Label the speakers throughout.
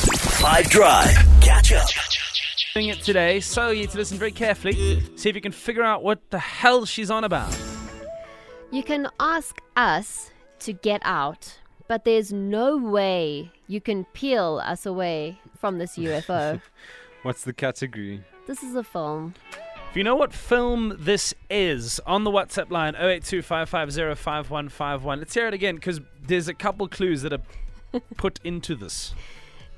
Speaker 1: Five Drive. Catch up.
Speaker 2: doing it today, so you need to listen very carefully. See if you can figure out what the hell she's on about.
Speaker 3: You can ask us to get out, but there's no way you can peel us away from this UFO.
Speaker 4: What's the category?
Speaker 3: this is a film.
Speaker 2: If you know what film this is, on the WhatsApp line 0825505151. Let's hear it again because there's a couple clues that are put into this.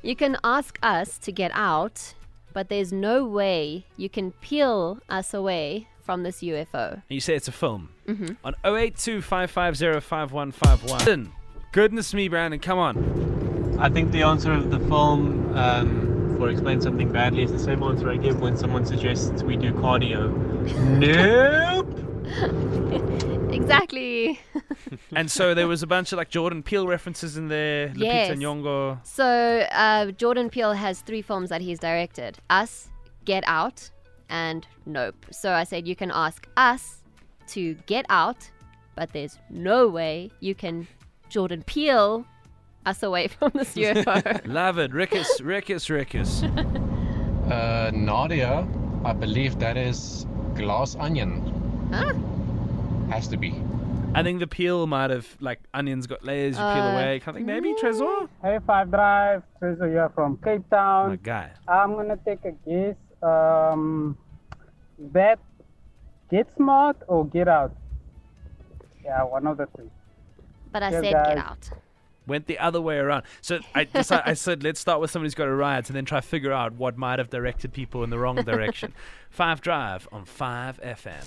Speaker 3: You can ask us to get out, but there's no way you can peel us away from this UFO.
Speaker 2: And you say it's a film. Mm-hmm. On 0825505151. Goodness me, Brandon, come on.
Speaker 5: I think the answer of the film um, for Explain Something Badly is the same answer I give when someone suggests we do cardio. nope!
Speaker 3: Exactly.
Speaker 2: And so there was a bunch of like Jordan Peele references in there, Lupita
Speaker 3: Yes.
Speaker 2: Nyong'o.
Speaker 3: So uh, Jordan Peele has three films that he's directed: Us, Get Out, and Nope. So I said you can ask us to get out, but there's no way you can Jordan Peele us away from this UFO.
Speaker 2: Love it. Rickus, Rickus, Rickus.
Speaker 6: Uh, Nadia, I believe that is glass onion.
Speaker 3: Huh?
Speaker 6: Has to be.
Speaker 2: I think the peel might have like onions got layers. You peel
Speaker 3: Uh,
Speaker 2: away. I think maybe Trezor.
Speaker 7: Hey, Five Drive. Trisha here from Cape Town.
Speaker 2: My guy.
Speaker 7: I'm gonna take a guess. Um, that get smart or get out? Yeah, one of the two.
Speaker 3: But I
Speaker 7: Yeah,
Speaker 3: said
Speaker 7: guys.
Speaker 3: get out.
Speaker 2: Went the other way around. So I just I, I said let's start with somebody who's got a riot and then try to figure out what might have directed people in the wrong direction. Five Drive on Five FM.